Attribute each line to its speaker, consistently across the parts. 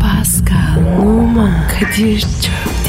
Speaker 1: Pascal, Oman, Kadir çok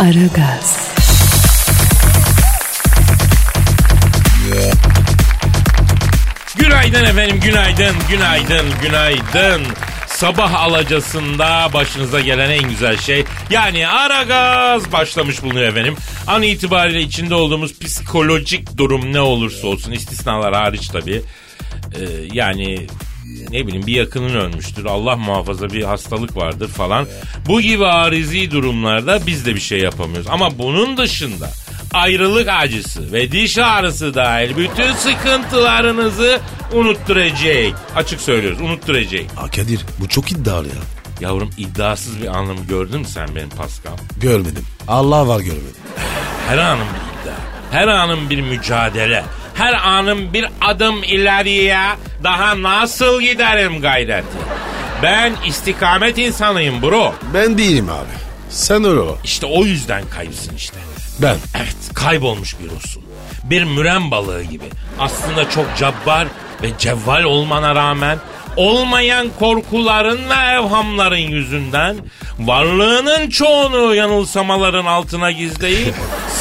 Speaker 1: Aragaz,
Speaker 2: Günaydın efendim, günaydın, günaydın, günaydın. Sabah alacasında başınıza gelen en güzel şey yani ara gaz başlamış bulunuyor efendim. An itibariyle içinde olduğumuz psikolojik durum ne olursa olsun istisnalar hariç tabii. Ee, yani ne bileyim bir yakının ölmüştür Allah muhafaza bir hastalık vardır falan. Bu gibi arizi durumlarda biz de bir şey yapamıyoruz. Ama bunun dışında ayrılık acısı ve diş ağrısı dahil bütün sıkıntılarınızı unutturacak. Açık söylüyoruz unutturacak.
Speaker 3: Aa, Kadir bu çok iddialı ya.
Speaker 2: Yavrum iddiasız bir anlamı gördün mü sen benim Pascal?
Speaker 3: Görmedim. Allah var görmedim.
Speaker 2: Her anın bir iddia. Her anın bir mücadele. Her anın bir adım ileriye. Daha nasıl giderim gayreti? Ben istikamet insanıyım bro.
Speaker 3: Ben değilim abi. Sen öyle ol.
Speaker 2: İşte o yüzden kaybısın işte.
Speaker 3: Ben.
Speaker 2: Evet kaybolmuş bir ruhsun. Bir müren balığı gibi. Aslında çok cabbar ve cevval olmana rağmen olmayan korkuların ve evhamların yüzünden varlığının çoğunu yanılsamaların altına gizleyip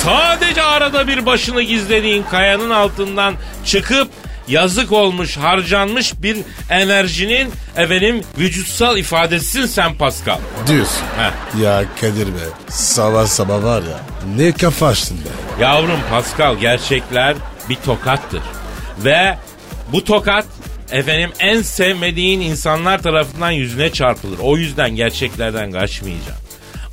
Speaker 2: sadece arada bir başını gizlediğin kayanın altından çıkıp yazık olmuş harcanmış bir enerjinin efendim vücutsal ifadesisin sen Pascal.
Speaker 3: Diyorsun.
Speaker 2: Heh.
Speaker 3: Ya Kadir be. Sabah sabah var ya. Ne kafa açtın be.
Speaker 2: Yavrum Pascal gerçekler bir tokattır. Ve bu tokat efendim en sevmediğin insanlar tarafından yüzüne çarpılır. O yüzden gerçeklerden kaçmayacağım.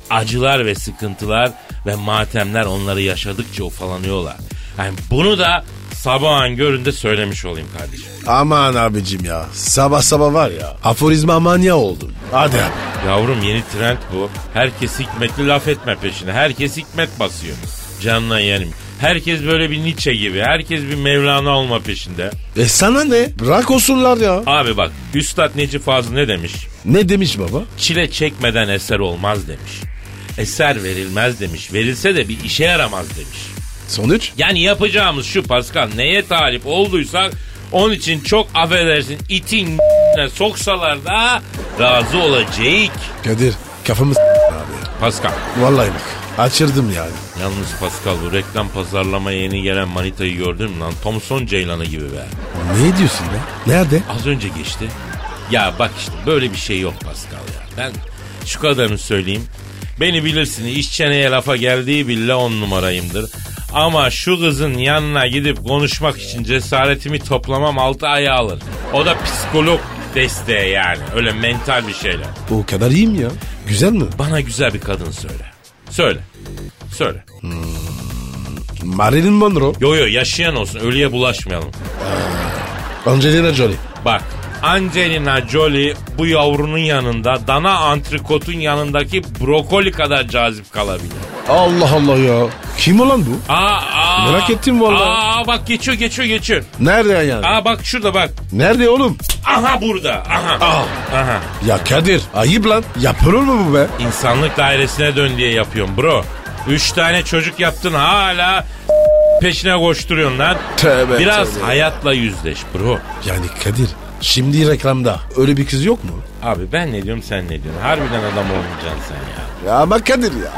Speaker 2: Acılar ve sıkıntılar ve matemler onları yaşadıkça ufalanıyorlar. Yani bunu da sabahın göründe söylemiş olayım kardeşim.
Speaker 3: Aman abicim ya. Sabah sabah var ya. Aforizma manya oldum. Hadi abi.
Speaker 2: Yavrum yeni trend bu. Herkes hikmetli laf etme peşine. Herkes hikmet basıyor. Canına yerim. Herkes böyle bir Nietzsche gibi. Herkes bir Mevlana olma peşinde.
Speaker 3: E sana ne? Bırak olsunlar ya.
Speaker 2: Abi bak Üstad Necip Fazıl ne demiş?
Speaker 3: Ne demiş baba?
Speaker 2: Çile çekmeden eser olmaz demiş. Eser verilmez demiş. Verilse de bir işe yaramaz demiş.
Speaker 3: Sonuç?
Speaker 2: Yani yapacağımız şu Pascal neye talip olduysak onun için çok affedersin itin soksalar da razı olacak.
Speaker 3: Kadir kafamı s- abi. ya.
Speaker 2: Pascal.
Speaker 3: Vallahi bak. Açırdım yani.
Speaker 2: Yalnız Pascal bu reklam pazarlama yeni gelen manitayı gördün mü lan? Thomson Ceylan'ı gibi be.
Speaker 3: Ne diyorsun be? Nerede?
Speaker 2: Az önce geçti. Ya bak işte böyle bir şey yok Pascal ya. Ben şu kadarını söyleyeyim. Beni bilirsin iş çeneye lafa geldiği bile on numarayımdır. Ama şu kızın yanına gidip konuşmak için cesaretimi toplamam altı aya alır. O da psikolog desteği yani. Öyle mental bir şeyler.
Speaker 3: O kadar iyi mi ya? Güzel mi?
Speaker 2: Bana güzel bir kadın söyle. Söyle. Söyle.
Speaker 3: Marilyn Monroe.
Speaker 2: Yo yo yaşayan olsun ölüye bulaşmayalım.
Speaker 3: Angelina Jolie.
Speaker 2: Bak Angelina Jolie bu yavrunun yanında dana antrikotun yanındaki brokoli kadar cazip kalabilir.
Speaker 3: Allah Allah ya. Kim olan bu?
Speaker 2: Aa, aa.
Speaker 3: Merak ettim vallahi.
Speaker 2: Aa bak geçiyor geçiyor geçiyor.
Speaker 3: Nerede yani?
Speaker 2: Aa bak şurada bak.
Speaker 3: Nerede oğlum?
Speaker 2: Aha burada. Aha. Aha.
Speaker 3: Ya Kadir ayıp lan. Yapılır mı bu be?
Speaker 2: İnsanlık dairesine dön diye yapıyorum bro. Üç tane çocuk yaptın hala peşine koşturuyorsun lan.
Speaker 3: Tövbe,
Speaker 2: Biraz
Speaker 3: tövbe.
Speaker 2: hayatla yüzleş bro.
Speaker 3: Yani Kadir şimdi reklamda öyle bir kız yok mu?
Speaker 2: Abi ben ne diyorum sen ne diyorsun? Harbiden adam olmayacaksın sen ya.
Speaker 3: Ya bak Kadir ya.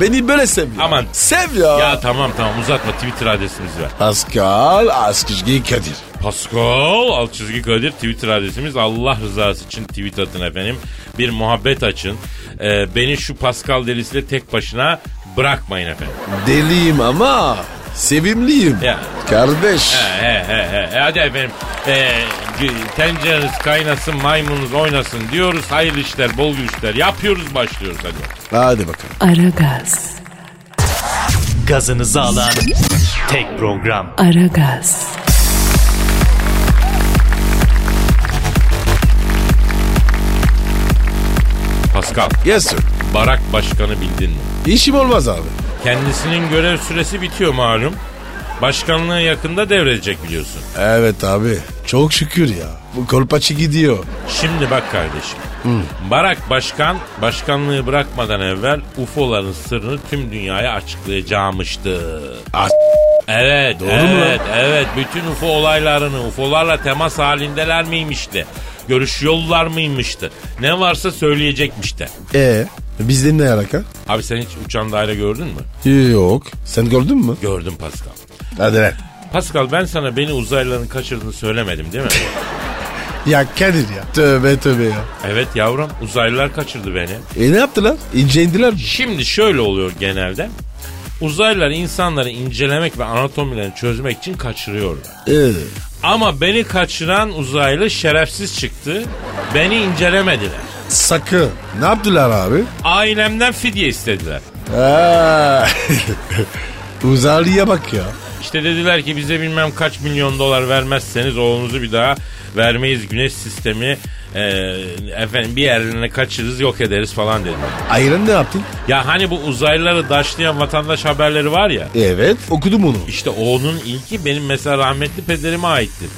Speaker 3: Beni böyle sev ya.
Speaker 2: Aman.
Speaker 3: Sev ya.
Speaker 2: Ya tamam tamam uzatma Twitter adresimizi ver.
Speaker 3: Pascal Askizgi Kadir.
Speaker 2: Pascal alt çizgi Kadir Twitter adresimiz. Allah rızası için tweet atın efendim. Bir muhabbet açın. Ee, beni şu Pascal delisiyle tek başına bırakmayın efendim.
Speaker 3: Deliyim ama sevimliyim.
Speaker 2: Ya.
Speaker 3: Kardeş.
Speaker 2: He he he. he. Hadi efendim. Ee, gü- tencereniz kaynasın maymununuz oynasın diyoruz. Hayırlı işler bol güçler yapıyoruz başlıyoruz hadi.
Speaker 3: Hadi bakalım.
Speaker 1: Aragaz,
Speaker 4: gazınızı alan tek program.
Speaker 1: Aragaz,
Speaker 2: Pascal,
Speaker 3: Yes sir.
Speaker 2: barak başkanı bildin mi?
Speaker 3: İşim olmaz abi.
Speaker 2: Kendisinin görev süresi bitiyor malum. Başkanlığı yakında devredecek biliyorsun.
Speaker 3: Evet abi. Çok şükür ya. Bu kolpaçı gidiyor.
Speaker 2: Şimdi bak kardeşim. Barak Başkan başkanlığı bırakmadan evvel UFO'ların sırrını tüm dünyaya açıklayacamıştı.
Speaker 3: Ah,
Speaker 2: Evet,
Speaker 3: Doğru mu lan?
Speaker 2: evet, evet. Bütün UFO olaylarını, UFO'larla temas halindeler miymişti? Görüşüyorlar mıymıştı? Ne varsa söyleyecekmişti.
Speaker 3: e bizden ne alaka?
Speaker 2: Abi sen hiç uçan daire gördün mü?
Speaker 3: Yok. Sen gördün mü?
Speaker 2: Gördüm Pascal.
Speaker 3: Hadi ver.
Speaker 2: Pascal ben sana beni uzaylıların kaçırdığını söylemedim değil mi?
Speaker 3: Ya Kadir ya. Tövbe tövbe ya.
Speaker 2: evet yavrum uzaylılar kaçırdı beni.
Speaker 3: E ne yaptılar? İncelediler mi?
Speaker 2: Şimdi şöyle oluyor genelde. Uzaylılar insanları incelemek ve anatomilerini çözmek için kaçırıyorlar.
Speaker 3: Ee,
Speaker 2: Ama beni kaçıran uzaylı şerefsiz çıktı. Beni incelemediler.
Speaker 3: sakın. Ne yaptılar abi?
Speaker 2: Ailemden fidye istediler.
Speaker 3: Aa. Uzaylıya bak ya.
Speaker 2: İşte dediler ki bize bilmem kaç milyon dolar vermezseniz oğlunuzu bir daha vermeyiz. Güneş sistemi e, efendim bir yerlerine kaçırırız yok ederiz falan dediler.
Speaker 3: Ayran ne yaptın?
Speaker 2: Ya hani bu uzaylıları daşlayan vatandaş haberleri var ya.
Speaker 3: Evet. Okudum onu.
Speaker 2: İşte onun ilki benim mesela rahmetli pederime aittir.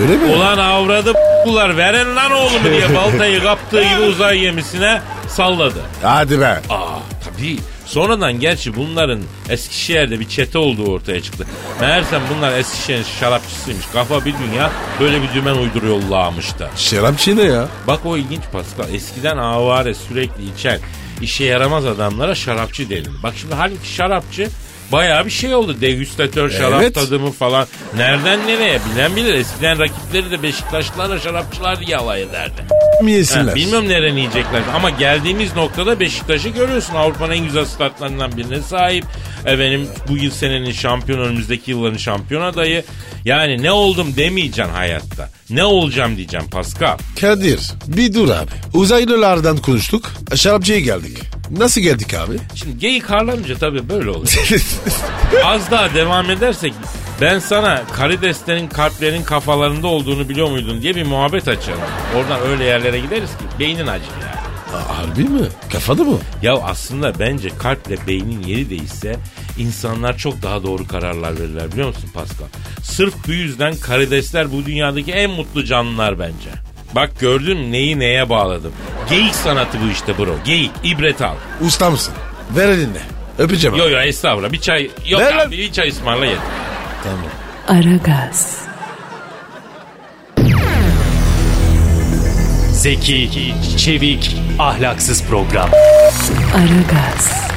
Speaker 3: Öyle mi?
Speaker 2: Ulan avradı bular veren lan oğlumu diye baltayı kaptığı gibi uzay gemisine salladı.
Speaker 3: Hadi be.
Speaker 2: Aa tabii. Sonradan gerçi bunların Eskişehir'de bir çete olduğu ortaya çıktı. Meğersem bunlar Eskişehir'in şarapçısıymış. Kafa bir dünya böyle bir dümen uyduruyorlarmış da.
Speaker 3: Şarapçı ne ya?
Speaker 2: Bak o ilginç Pascal. Eskiden avare sürekli içen işe yaramaz adamlara şarapçı denir. Bak şimdi halbuki şarapçı bayağı bir şey oldu. Degüstatör şarap
Speaker 3: Evet.
Speaker 2: tadımı falan. Nereden nereye bilen bilir. Eskiden rakipleri de Beşiktaşlılarla şarapçılar diye alay ederdi.
Speaker 3: Mi
Speaker 2: Ha,
Speaker 3: yesinler?
Speaker 2: bilmiyorum nereni yiyecekler ama geldiğimiz noktada Beşiktaş'ı görüyorsun. Avrupa'nın en güzel statlarından birine sahip. Efendim bu yıl senenin şampiyon önümüzdeki yılların şampiyon adayı. Yani ne oldum demeyeceksin hayatta. Ne olacağım diyeceğim Pascal.
Speaker 3: Kadir bir dur abi. Uzaylılardan konuştuk. Şarapçıya geldik. Nasıl geldik abi?
Speaker 2: Şimdi geyik harlanınca tabii böyle oluyor. Az daha devam edersek ben sana karideslerin kalplerin kafalarında olduğunu biliyor muydun diye bir muhabbet açalım. Oradan öyle yerlere gideriz ki beynin acır yani.
Speaker 3: Aa, Harbi mi? Kafada mı?
Speaker 2: Ya aslında bence kalple beynin yeri değişse insanlar çok daha doğru kararlar verirler biliyor musun Pascal? Sırf bu yüzden karidesler bu dünyadaki en mutlu canlılar bence. Bak gördün mü neyi neye bağladım. Geyik sanatı bu işte bro. Geyik, ibret al.
Speaker 3: Usta mısın? Ver elinle. Öpeceğim abi.
Speaker 2: Yo yo estağfurullah bir çay. Yok
Speaker 3: Ver lan.
Speaker 2: abi bir çay ısmarla yeter.
Speaker 3: Tamam.
Speaker 1: Aragaz,
Speaker 4: Zeki, çevik, ahlaksız program.
Speaker 1: Aragaz,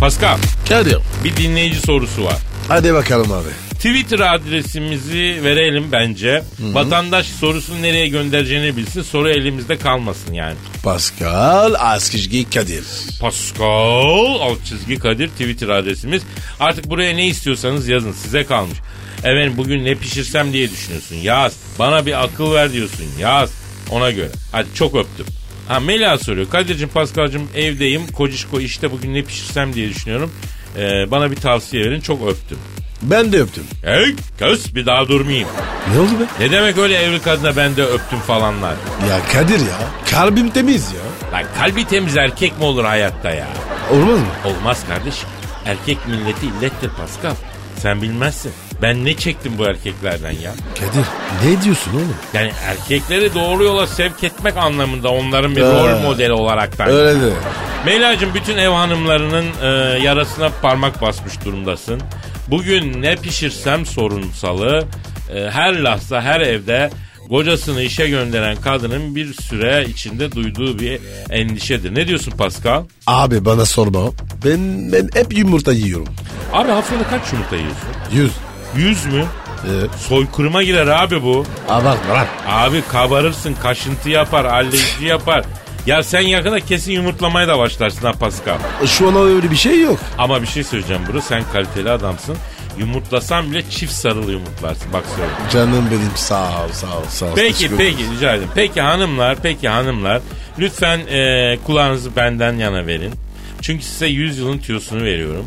Speaker 2: Pascal
Speaker 3: Kadir.
Speaker 2: bir dinleyici sorusu var.
Speaker 3: Hadi bakalım abi.
Speaker 2: Twitter adresimizi verelim bence. Vatandaş sorusunu nereye göndereceğini bilsin. Soru elimizde kalmasın yani.
Speaker 3: Pascal Askizgi Kadir.
Speaker 2: Pascal alt çizgi Kadir Twitter adresimiz. Artık buraya ne istiyorsanız yazın size kalmış. Efendim bugün ne pişirsem diye düşünüyorsun. Yaz. Bana bir akıl ver diyorsun. Yaz. Ona göre. Hadi çok öptüm. Ha Mela soruyor. Kadir'cim Pascal'cım evdeyim. Kocişko işte bugün ne pişirsem diye düşünüyorum. Ee, bana bir tavsiye verin. Çok öptüm.
Speaker 3: Ben de öptüm.
Speaker 2: Hey kız bir daha durmayayım.
Speaker 3: Ne oldu be?
Speaker 2: Ne demek öyle evli kadına ben de öptüm falanlar.
Speaker 3: Ya Kadir ya. Kalbim temiz ya.
Speaker 2: Lan kalbi temiz erkek mi olur hayatta ya?
Speaker 3: Olmaz mı?
Speaker 2: Olmaz kardeşim. Erkek milleti illettir Pascal. Sen bilmezsin. Ben ne çektim bu erkeklerden ya?
Speaker 3: Kadir ne diyorsun oğlum?
Speaker 2: Yani erkekleri doğru yola sevk etmek anlamında onların bir
Speaker 3: Ee,
Speaker 2: rol modeli olaraktan.
Speaker 3: Öyle de.
Speaker 2: Meyla'cığım bütün ev hanımlarının e, yarasına parmak basmış durumdasın. Bugün ne pişirsem sorunsalı e, her lahza her evde kocasını işe gönderen kadının bir süre içinde duyduğu bir endişedir. Ne diyorsun Pascal?
Speaker 3: Abi bana sorma. Ben ben hep yumurta yiyorum.
Speaker 2: Abi haftada kaç yumurta yiyorsun?
Speaker 3: Yüz.
Speaker 2: 100 mü?
Speaker 3: Ee,
Speaker 2: Soykırıma girer abi bu.
Speaker 3: abartma lan.
Speaker 2: Abi kabarırsın, kaşıntı yapar, alerji yapar. Ya sen yakında kesin yumurtlamaya da başlarsın ha Pascal.
Speaker 3: Şu an öyle bir şey yok.
Speaker 2: Ama bir şey söyleyeceğim bro sen kaliteli adamsın. Yumurtlasan bile çift sarılı yumurtlarsın bak söyle.
Speaker 3: Canım benim sağ ol sağ ol sağ ol.
Speaker 2: Peki
Speaker 3: Teşekkür
Speaker 2: peki
Speaker 3: ederim.
Speaker 2: rica ederim. Peki hanımlar peki hanımlar lütfen e, kulağınızı benden yana verin. Çünkü size 100 yılın tüyosunu veriyorum.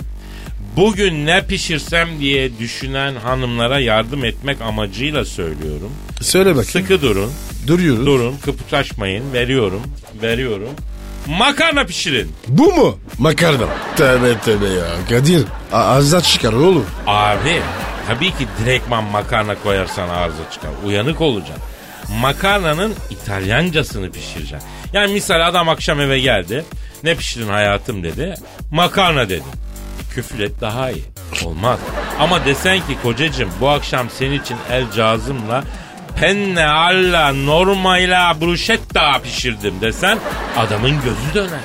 Speaker 2: Bugün ne pişirsem diye düşünen hanımlara yardım etmek amacıyla söylüyorum.
Speaker 3: Söyle bakayım.
Speaker 2: Sıkı durun,
Speaker 3: Duruyoruz.
Speaker 2: durun, kıpırdaşmayın. Veriyorum, veriyorum. Makarna pişirin.
Speaker 3: Bu mu? Makarna. Tövbe tövbe ya Kadir. a- Ağızdan çıkar oğlum.
Speaker 2: Abi tabii ki direktman makarna koyarsan ağza çıkar. Uyanık olacaksın. Makarnanın İtalyancasını pişireceksin. Yani misal adam akşam eve geldi. Ne pişirin hayatım dedi. Makarna dedi. Küfür et daha iyi. Olmaz. Ama desen ki kocacığım bu akşam senin için el cazımla penne alla normayla bruschetta pişirdim desen adamın gözü döner.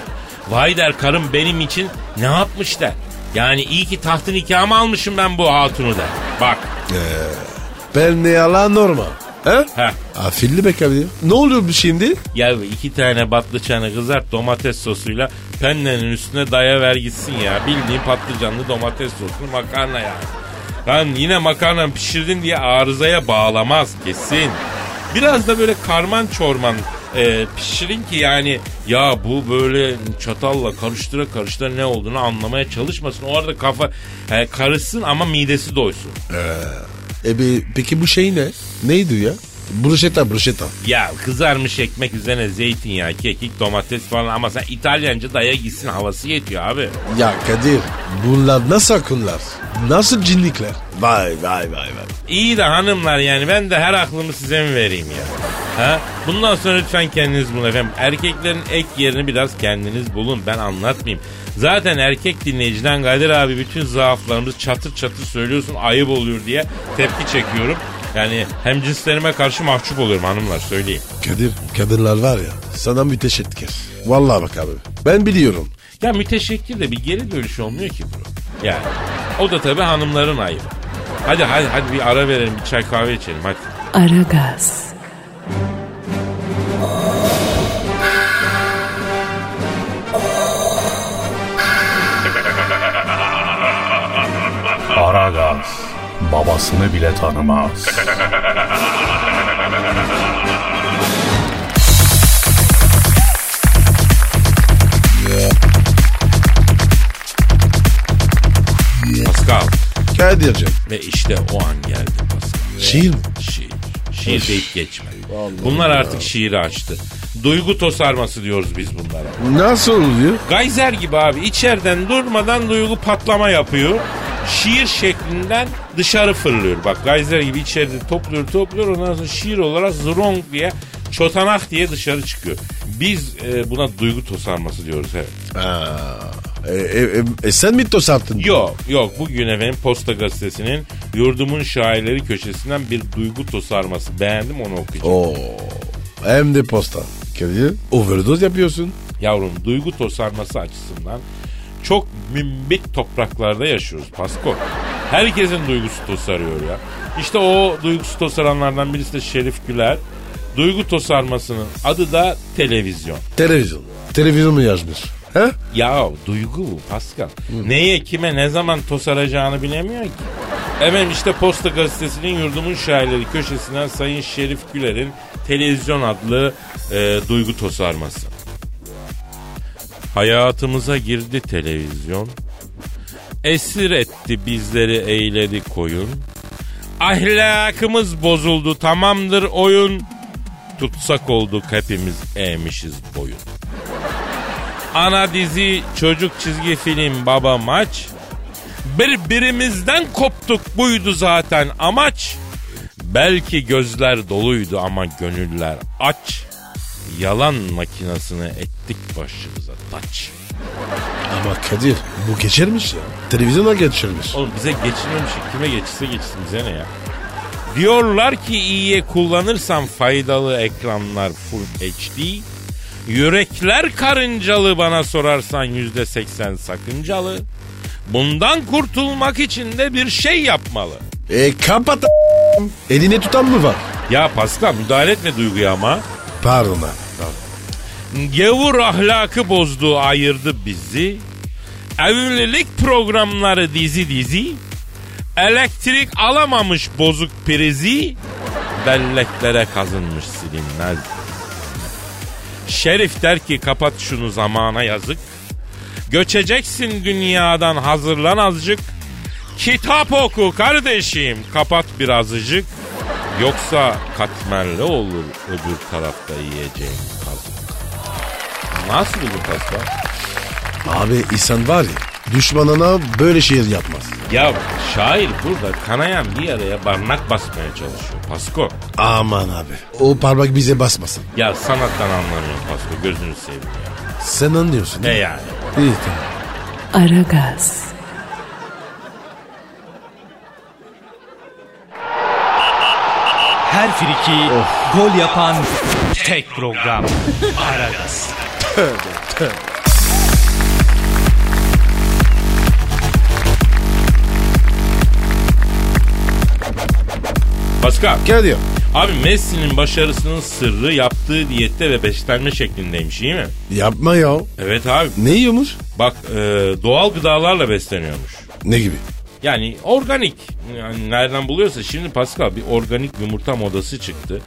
Speaker 2: Vay der karım benim için ne yapmış der. Yani iyi ki tahtın nikahımı almışım ben bu hatunu der. Bak.
Speaker 3: Ben ne yalan normal. He?
Speaker 2: Heh.
Speaker 3: Afilli be Kadir. Ne oluyor bu şimdi?
Speaker 2: Ya iki tane patlıcanı kızart domates sosuyla pennenin üstüne daya ver gitsin ya. Bildiğin patlıcanlı domates soslu makarna ya. Lan yine makarna pişirdin diye arızaya bağlamaz kesin. Biraz da böyle karman çorman e, pişirin ki yani ya bu böyle çatalla karıştıra karıştıra ne olduğunu anlamaya çalışmasın. O arada kafa e, karışsın ama midesi doysun.
Speaker 3: E be, peki bu şey ne? Neydi ya? Bruschetta bruschetta.
Speaker 2: Ya kızarmış ekmek üzerine zeytinyağı, kekik, domates falan ama sen İtalyanca daya gitsin havası yetiyor abi.
Speaker 3: Ya Kadir bunlar nasıl akıllar? Nasıl cinlikler? Vay vay vay vay.
Speaker 2: İyi de hanımlar yani ben de her aklımı size mi vereyim ya? Ha? Bundan sonra lütfen kendiniz bulun efendim. Erkeklerin ek yerini biraz kendiniz bulun ben anlatmayayım. Zaten erkek dinleyiciden Kadir abi bütün zaaflarımızı çatır çatır söylüyorsun ayıp oluyor diye tepki çekiyorum. Yani hem cinslerime karşı mahcup oluyorum hanımlar söyleyeyim.
Speaker 3: Kadir kadınlar var ya sana müteşekkir. Vallahi bak abi ben biliyorum.
Speaker 2: Ya müteşekkir de bir geri dönüş olmuyor ki bro. Yani o da tabii hanımların ayıbı. Hadi hadi hadi bir ara verelim bir çay kahve içelim hadi.
Speaker 1: Aragaz,
Speaker 4: Aragaz babasını bile tanımaz.
Speaker 2: Pascal
Speaker 3: Kadir'cim
Speaker 2: ve işte o an geldi Pascal.
Speaker 3: şiir mi?
Speaker 2: Şiir. Şiir deyip geçme. Bunlar artık şiiri açtı. Duygu tosarması diyoruz biz bunlara.
Speaker 3: Nasıl oluyor?
Speaker 2: Gayzer gibi abi içeriden durmadan duygu patlama yapıyor. Şiir şeklinden dışarı fırlıyor. Bak Gayzer gibi içeride topluyor topluyor ondan sonra şiir olarak zrong diye çotanak diye dışarı çıkıyor. Biz e, buna duygu tosarması diyoruz evet.
Speaker 3: Aa, e, e, e, e sen mi tosarttın?
Speaker 2: Yok yok bugün efendim Posta Gazetesi'nin yurdumun şairleri köşesinden bir duygu tosarması beğendim onu okuyacağım.
Speaker 3: Oo, hem de posta. Kadir overdose yapıyorsun.
Speaker 2: Yavrum duygu tosarması açısından çok mümbit topraklarda yaşıyoruz Pasko. Herkesin duygusu tosarıyor ya. İşte o duygusu tosaranlardan birisi de Şerif Güler. Duygu tosarmasının adı da televizyon.
Speaker 3: Televizyon. Televizyon mu yazmış? He?
Speaker 2: Ya duygu bu Pascal. Neye kime ne zaman tosaracağını bilemiyor ki. Efendim işte Posta Gazetesi'nin yurdumun şairleri köşesinden Sayın Şerif Güler'in televizyon adlı e, duygu tosarması. Hayatımıza girdi televizyon. Esir etti bizleri eyledi koyun. Ahlakımız bozuldu tamamdır oyun. Tutsak olduk hepimiz eğmişiz boyun. Ana dizi, çocuk çizgi film, baba maç. Birbirimizden koptuk buydu zaten amaç. Belki gözler doluydu ama gönüller aç. Yalan makinesine ettik başımıza taç.
Speaker 3: Ama Kadir bu geçirmiş ya. Televizyona geçirmiş.
Speaker 2: Oğlum bize geçirmemiş kime geçirse geçsin bize ne ya. Diyorlar ki iyiye kullanırsan faydalı ekranlar full HD. Yürekler karıncalı bana sorarsan yüzde seksen sakıncalı. Bundan kurtulmak için de bir şey yapmalı.
Speaker 3: E kapat a- Eline tutan mı var?
Speaker 2: Ya Pascal müdahale etme duyguya ama.
Speaker 3: Pardon abi.
Speaker 2: Gevur ahlakı bozdu ayırdı bizi. Evlilik programları dizi dizi. Elektrik alamamış bozuk prizi. Belleklere kazınmış silinmez. Şerif der ki kapat şunu zamana yazık. Göçeceksin dünyadan hazırlan azıcık. Kitap oku kardeşim. Kapat birazcık. Yoksa katmerli olur öbür tarafta yiyeceğin kazık. Nasıl bu tasla?
Speaker 3: Abi insan var ya düşmanına böyle şiir yapmaz.
Speaker 2: Ya şair burada kanayan bir araya barnak basmaya çalışıyor Pasko.
Speaker 3: Aman abi o parmak bize basmasın.
Speaker 2: Ya sanattan anlamıyor Pasko gözünü seveyim ya.
Speaker 3: Sen anlıyorsun.
Speaker 2: Ne
Speaker 3: değil mi?
Speaker 2: yani?
Speaker 3: İyi tamam.
Speaker 1: Aragaz,
Speaker 5: Her friki gol yapan tek program.
Speaker 2: Pascal.
Speaker 3: Gel diyor.
Speaker 2: Abi Messi'nin başarısının sırrı yaptığı diyette ve beslenme şeklindeymiş iyi mi?
Speaker 3: Yapma ya.
Speaker 2: Evet abi.
Speaker 3: Ne yiyormuş?
Speaker 2: Bak e, doğal gıdalarla besleniyormuş.
Speaker 3: Ne gibi?
Speaker 2: Yani organik. Yani nereden buluyorsa şimdi Pascal bir organik yumurta modası çıktı.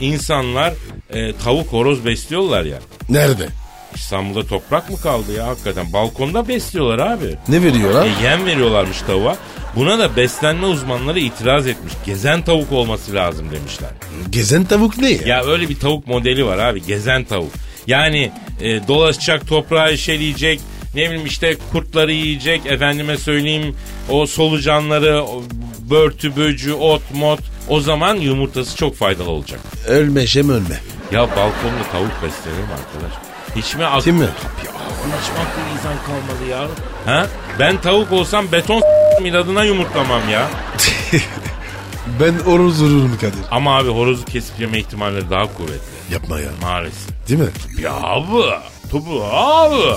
Speaker 2: İnsanlar e, tavuk horoz besliyorlar ya.
Speaker 3: Nerede?
Speaker 2: İstanbul'da toprak mı kaldı ya hakikaten? Balkonda besliyorlar abi.
Speaker 3: Ne veriyorlar?
Speaker 2: E, yem veriyorlarmış tavuğa. Buna da beslenme uzmanları itiraz etmiş. Gezen tavuk olması lazım demişler.
Speaker 3: Gezen tavuk ne ya?
Speaker 2: Ya öyle bir tavuk modeli var abi gezen tavuk. Yani e, dolaşacak toprağı işeleyecek ne bileyim işte kurtları yiyecek efendime söyleyeyim o solucanları o börtü böcü ot mot o zaman yumurtası çok faydalı olacak.
Speaker 3: Ölme Şem ölme.
Speaker 2: Ya balkonda tavuk beslenir mi arkadaş? Hiç mi aklı...
Speaker 3: Değil mi?
Speaker 2: Ya hiç mi aklı insan kalmadı ya? Ha? Ben tavuk olsam beton s- miladına yumurtlamam ya.
Speaker 3: Ben oruz vururum Kadir.
Speaker 2: Ama abi horozu kesip yeme ihtimalleri daha kuvvetli
Speaker 3: Yapma ya.
Speaker 2: maalesef.
Speaker 3: Değil mi?
Speaker 2: Ya abi. Tabu abi.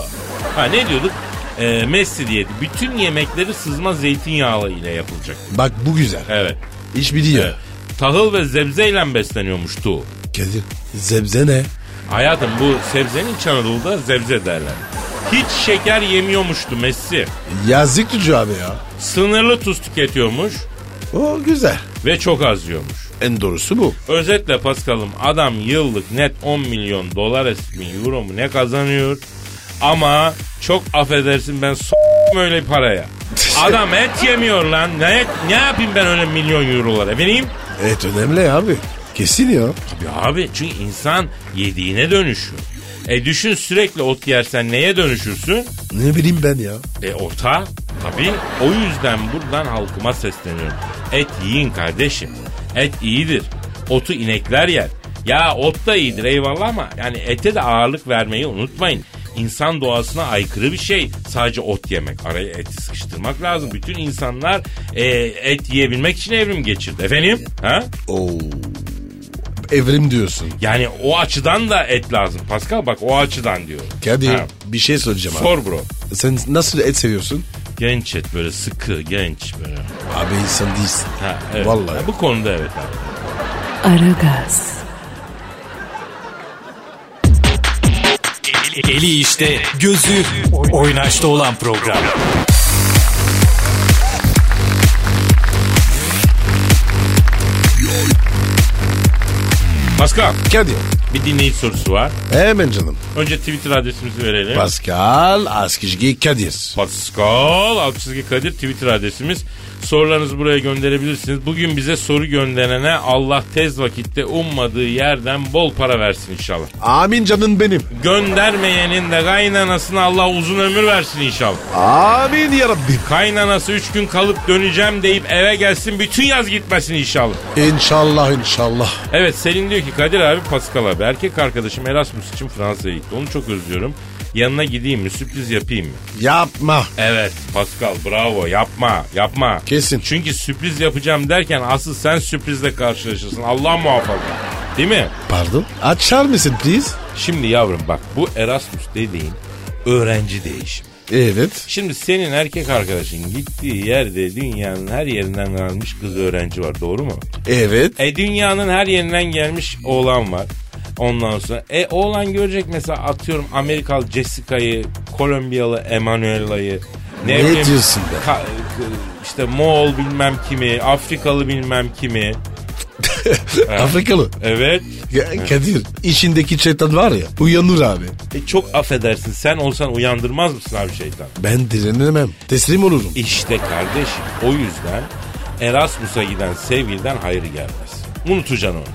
Speaker 2: Ha ne diyorduk? Ee, Messi diyeti. Bütün yemekleri sızma zeytinyağı ile yapılacak.
Speaker 3: Bak bu güzel.
Speaker 2: Evet.
Speaker 3: İş biliyor.
Speaker 2: Evet. Tahıl ve sebzeyle besleniyormuştu.
Speaker 3: Kadir zebze ne?
Speaker 2: Hayatım bu sebzenin İç Anadolu'da zebze derler. Hiç şeker yemiyormuştu Messi.
Speaker 3: Yazık çocuğu abi ya.
Speaker 2: Sınırlı tuz tüketiyormuş
Speaker 3: O güzel.
Speaker 2: ve çok az yiyormuş.
Speaker 3: En doğrusu bu.
Speaker 2: Özetle Paskal'ım adam yıllık net 10 milyon dolar resmi euro mu ne kazanıyor? Ama çok affedersin ben s***m öyle paraya. Adam et yemiyor lan. Ne, ne yapayım ben öyle milyon eurolar efendim?
Speaker 3: Evet önemli abi. Kesin ya.
Speaker 2: Tabii abi çünkü insan yediğine dönüşüyor. E düşün sürekli ot yersen neye dönüşürsün?
Speaker 3: Ne bileyim ben ya.
Speaker 2: E ota tabii. O yüzden buradan halkıma sesleniyorum. Et yiyin kardeşim. Et iyidir. Otu inekler yer. Ya ot da iyidir eyvallah ama yani ete de ağırlık vermeyi unutmayın. İnsan doğasına aykırı bir şey sadece ot yemek. Araya eti sıkıştırmak lazım. Bütün insanlar e, et yiyebilmek için evrim geçirdi. Efendim? Ha?
Speaker 3: Oo. Evrim diyorsun.
Speaker 2: Yani o açıdan da et lazım. Pascal bak o açıdan diyorum.
Speaker 3: Kadir
Speaker 2: Ha,
Speaker 3: bir şey soracağım abi.
Speaker 2: Sor bro.
Speaker 3: Sen nasıl et seviyorsun?
Speaker 2: Genç et böyle sıkı genç böyle.
Speaker 3: Abi insan değilsin.
Speaker 2: Ha, evet.
Speaker 3: Vallahi.
Speaker 2: Ha, bu konuda evet abi.
Speaker 1: Aragaz,
Speaker 5: Eli işte, gözü oynaşta olan program.
Speaker 2: Pascal
Speaker 3: Kadir.
Speaker 2: bir dinleyici sorusu var.
Speaker 3: Hemen canım.
Speaker 2: Önce Twitter adresimizi verelim.
Speaker 3: Pascal Askizgi Kadir.
Speaker 2: Pascal Alçızgi Kadir Twitter adresimiz. Sorularınızı buraya gönderebilirsiniz. Bugün bize soru gönderene Allah tez vakitte ummadığı yerden bol para versin inşallah.
Speaker 3: Amin canım benim.
Speaker 2: Göndermeyenin de kaynanasına Allah uzun ömür versin inşallah.
Speaker 3: Amin yarabbim.
Speaker 2: Kaynanası 3 gün kalıp döneceğim deyip eve gelsin bütün yaz gitmesin inşallah.
Speaker 3: İnşallah inşallah.
Speaker 2: Evet Selin diyor ki Kadir abi Pascal abi erkek arkadaşım Erasmus için Fransa'ya gitti. Onu çok özlüyorum. Yanına gideyim mi sürpriz yapayım mı?
Speaker 3: Yapma.
Speaker 2: Evet Pascal bravo yapma yapma.
Speaker 3: Kesin.
Speaker 2: Çünkü sürpriz yapacağım derken asıl sen sürprizle karşılaşırsın. Allah muhafaza. Değil mi?
Speaker 3: Pardon. Açar mısın please?
Speaker 2: Şimdi yavrum bak bu Erasmus dediğin öğrenci değişimi.
Speaker 3: Evet.
Speaker 2: Şimdi senin erkek arkadaşın gittiği yerde dünyanın her yerinden gelmiş kız öğrenci var doğru mu?
Speaker 3: Evet.
Speaker 2: E dünyanın her yerinden gelmiş oğlan var. Ondan sonra e oğlan görecek mesela atıyorum Amerikalı Jessica'yı, Kolombiyalı Emanuela'yı.
Speaker 3: Ne diyorsun be?
Speaker 2: ka- k- işte Moğol bilmem kimi, Afrikalı bilmem kimi.
Speaker 3: Afrikalı.
Speaker 2: Evet.
Speaker 3: Ya Kadir içindeki şeytan var ya uyanır abi.
Speaker 2: E çok affedersin sen olsan uyandırmaz mısın abi şeytan?
Speaker 3: Ben direnemem. Teslim olurum.
Speaker 2: İşte kardeşim o yüzden Erasmus'a giden sevgiliden hayır gelmez. Unutacaksın onu.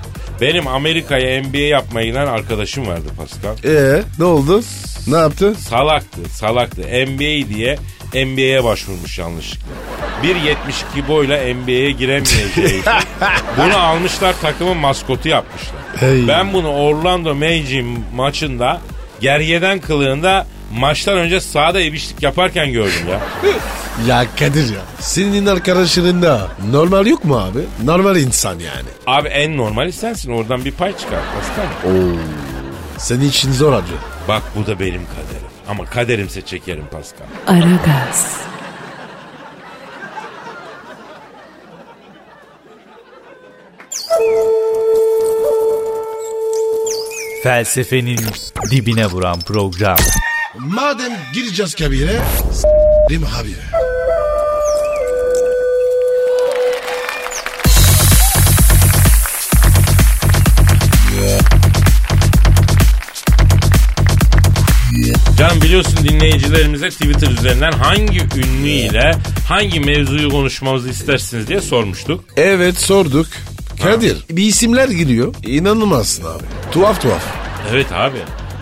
Speaker 2: Benim Amerika'ya MBA yapmaya giden arkadaşım vardı Pascal.
Speaker 3: Ee ne oldu? Ne yaptı?
Speaker 2: Salaktı, salaktı. MBA diye NBA'ye başvurmuş yanlışlıkla. 1.72 boyla NBA'ye giremeyeceği için Bunu almışlar takımın maskotu yapmışlar.
Speaker 3: Hey.
Speaker 2: Ben bunu Orlando Magic maçında gergeden kılığında maçtan önce sahada ebişlik yaparken gördüm ya.
Speaker 3: Ya Kadir ya. Senin arkadaşlarında normal yok mu abi? Normal insan yani.
Speaker 2: Abi en normali sensin oradan bir pay çıkar Pascal.
Speaker 3: Senin için zor acı.
Speaker 2: Bak bu da benim kaderim. Ama kaderimse çekerim Pascal.
Speaker 1: Aragaz.
Speaker 5: Felsefenin dibine vuran program.
Speaker 3: Madem gireceğiz kabire. Değil mi abi?
Speaker 2: Can biliyorsun dinleyicilerimize Twitter üzerinden hangi ünlü ile hangi mevzuyu konuşmamızı istersiniz diye sormuştuk.
Speaker 3: Evet sorduk. Kadir bir isimler giriyor. İnanılmazsın abi. Tuhaf tuhaf.
Speaker 2: Evet abi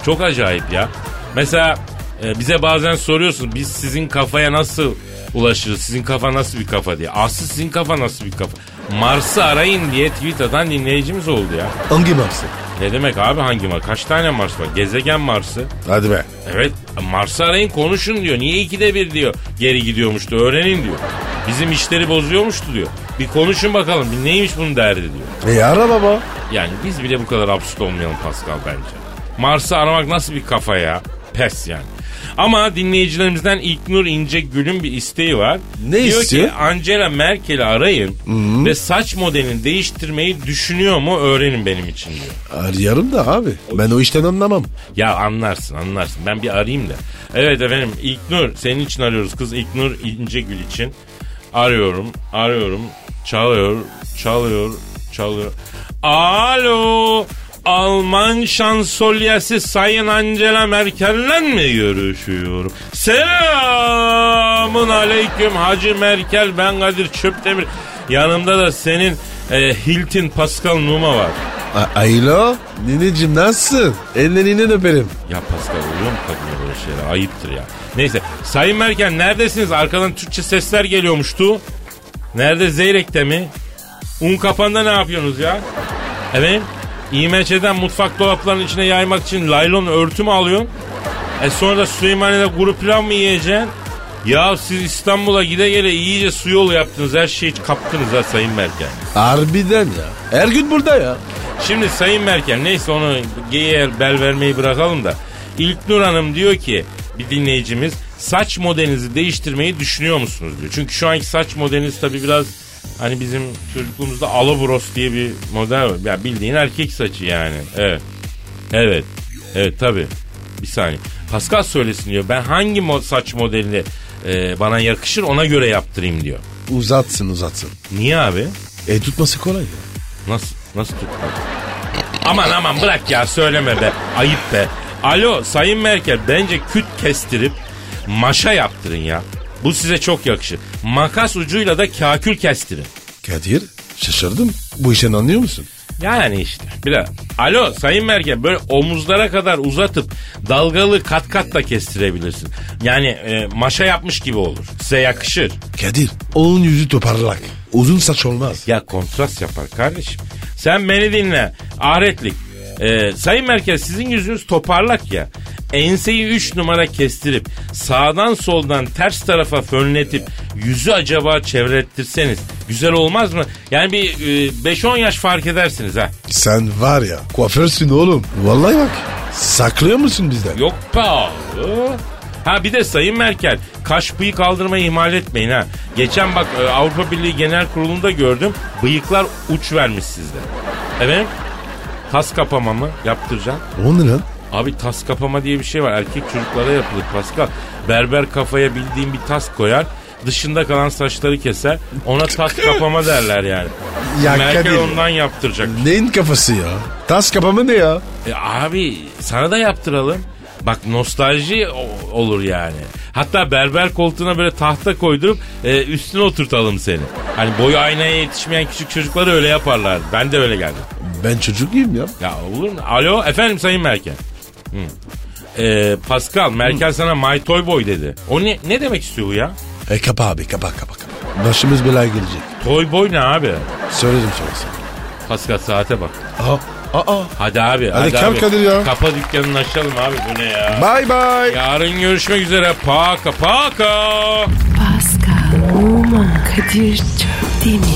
Speaker 2: çok acayip ya. Mesela e, bize bazen soruyorsun biz sizin kafaya nasıl ulaşırız? Sizin kafa nasıl bir kafa diye. Aslı sizin kafa nasıl bir kafa? Mars'ı arayın diye tweet atan dinleyicimiz oldu ya.
Speaker 3: Hangi Mars'ı?
Speaker 2: Ne demek abi hangi Mars? Kaç tane Mars var? Gezegen Mars'ı.
Speaker 3: Hadi be.
Speaker 2: Evet Mars'ı arayın konuşun diyor. Niye ikide bir diyor geri gidiyormuştu öğrenin diyor. Bizim işleri bozuyormuştu diyor. Bir konuşun bakalım bir neymiş bunun derdi diyor.
Speaker 3: E ara baba.
Speaker 2: Yani biz bile bu kadar absürt olmayalım Pascal bence. Mars'ı aramak nasıl bir kafa ya? Pes yani. Ama dinleyicilerimizden İlknur İnce Gül'ün bir isteği var.
Speaker 3: Ne
Speaker 2: Diyor
Speaker 3: istiyor?
Speaker 2: ki Angela Merkel'i arayın ve saç modelini değiştirmeyi düşünüyor mu öğrenin benim için diyor.
Speaker 3: Arıyorum da abi. Ben o işten anlamam.
Speaker 2: Ya anlarsın anlarsın. Ben bir arayayım da. Evet efendim İlknur senin için arıyoruz kız İlknur İncegül için. Arıyorum arıyorum çalıyor çalıyor çalıyor. Alo Alman şansölyesi Sayın Angela Merkel'le mi görüşüyorum? Selamun aleyküm Hacı Merkel ben Kadir Çöptemir. Yanımda da senin e, Hilton Pascal Numa var.
Speaker 3: A- Aylo. Nineciğim nasılsın? Ellerinden öperim.
Speaker 2: Ya Pascal oluyor mu kadına böyle şeyler? Ayıptır ya. Neyse. Sayın Merkel neredesiniz? Arkadan Türkçe sesler geliyormuştu. Nerede? Zeyrek'te mi? Un kapanda ne yapıyorsunuz ya? Efendim? İMÇ'den mutfak dolaplarının içine yaymak için laylon örtü mü alıyorsun? E sonra da Süleymaniye'de kuru pilav mı yiyeceksin? Ya siz İstanbul'a gide gele iyice su yolu yaptınız. Her şeyi kaptınız ha Sayın Merkel.
Speaker 3: Harbiden ya. Her gün burada ya.
Speaker 2: Şimdi Sayın Merkel neyse onu geyiğe bel vermeyi bırakalım da. İlknur Hanım diyor ki bir dinleyicimiz saç modelinizi değiştirmeyi düşünüyor musunuz diyor. Çünkü şu anki saç modeliniz tabii biraz hani bizim çocukluğumuzda alobros diye bir model var. Ya bildiğin erkek saçı yani. Evet. Evet. Evet tabii. Bir saniye. Pascal söylesin diyor. Ben hangi mo- saç modelini e, bana yakışır ona göre yaptırayım diyor.
Speaker 3: Uzatsın uzatsın.
Speaker 2: Niye abi?
Speaker 3: E tutması kolay ya.
Speaker 2: Nasıl? Nasıl tutmadı? aman aman bırak ya söyleme be. Ayıp be. Alo Sayın Merkel bence küt kestirip maşa yaptırın ya. Bu size çok yakışır. Makas ucuyla da kakül kestirin.
Speaker 3: Kadir şaşırdım. Bu işten anlıyor musun?
Speaker 2: Yani işte. Bile. Alo Sayın Merkel böyle omuzlara kadar uzatıp dalgalı kat kat da kestirebilirsin. Yani e, maşa yapmış gibi olur. Size yakışır.
Speaker 3: Kadir onun yüzü toparlak. Uzun saç olmaz.
Speaker 2: Ya kontrast yapar kardeşim. Sen beni dinle. Ahretlik. Ee, Sayın Merkel sizin yüzünüz toparlak ya. Enseyi 3 numara kestirip sağdan soldan ters tarafa fönletip yüzü acaba çevrettirseniz güzel olmaz mı? Yani bir e, 5-10 yaş fark edersiniz ha.
Speaker 3: Sen var ya kuaförsün oğlum. Vallahi bak saklıyor musun bizden?
Speaker 2: Yok be abi. Ha bir de Sayın Merkel kaş bıyık aldırmayı ihmal etmeyin ha. Geçen bak e, Avrupa Birliği Genel Kurulu'nda gördüm bıyıklar uç vermiş sizde. Efendim? Tas kapama mı yaptıracaksın?
Speaker 3: O ne lan?
Speaker 2: Abi tas kapama diye bir şey var. Erkek çocuklara yapılır Pascal. Berber kafaya bildiğin bir tas koyar. Dışında kalan saçları keser. Ona tas kapama derler yani.
Speaker 3: Ya
Speaker 2: Merkel
Speaker 3: Kadir.
Speaker 2: ondan yaptıracak.
Speaker 3: Neyin kafası ya? Tas kapamı ne ya?
Speaker 2: E abi sana da yaptıralım. Bak nostalji o- olur yani. Hatta berber koltuğuna böyle tahta koydurup e, üstüne oturtalım seni. Hani boyu aynaya yetişmeyen küçük çocuklar öyle yaparlar. Ben de öyle geldim.
Speaker 3: Ben çocuk muyum ya?
Speaker 2: Ya olur mu? Alo efendim Sayın Merkel. Hı. E, Pascal Merkel sana my toy boy dedi. O ne, ne demek istiyor bu ya?
Speaker 3: E kapa abi kapa kapa kapa. Başımız belaya girecek.
Speaker 2: Toy boy ne abi?
Speaker 3: Söyledim sonrasında.
Speaker 2: Pascal saate bak.
Speaker 3: Aa, aa.
Speaker 2: Hadi abi.
Speaker 3: Hadi kap
Speaker 2: abi.
Speaker 3: Kadir ya.
Speaker 2: Kapa dükkanını açalım abi bu ne ya?
Speaker 3: Bye bye.
Speaker 2: Yarın görüşmek üzere. Paka paka.
Speaker 1: Pascal, Oman, Kadir çok değil mi?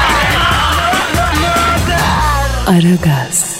Speaker 1: Aragaz.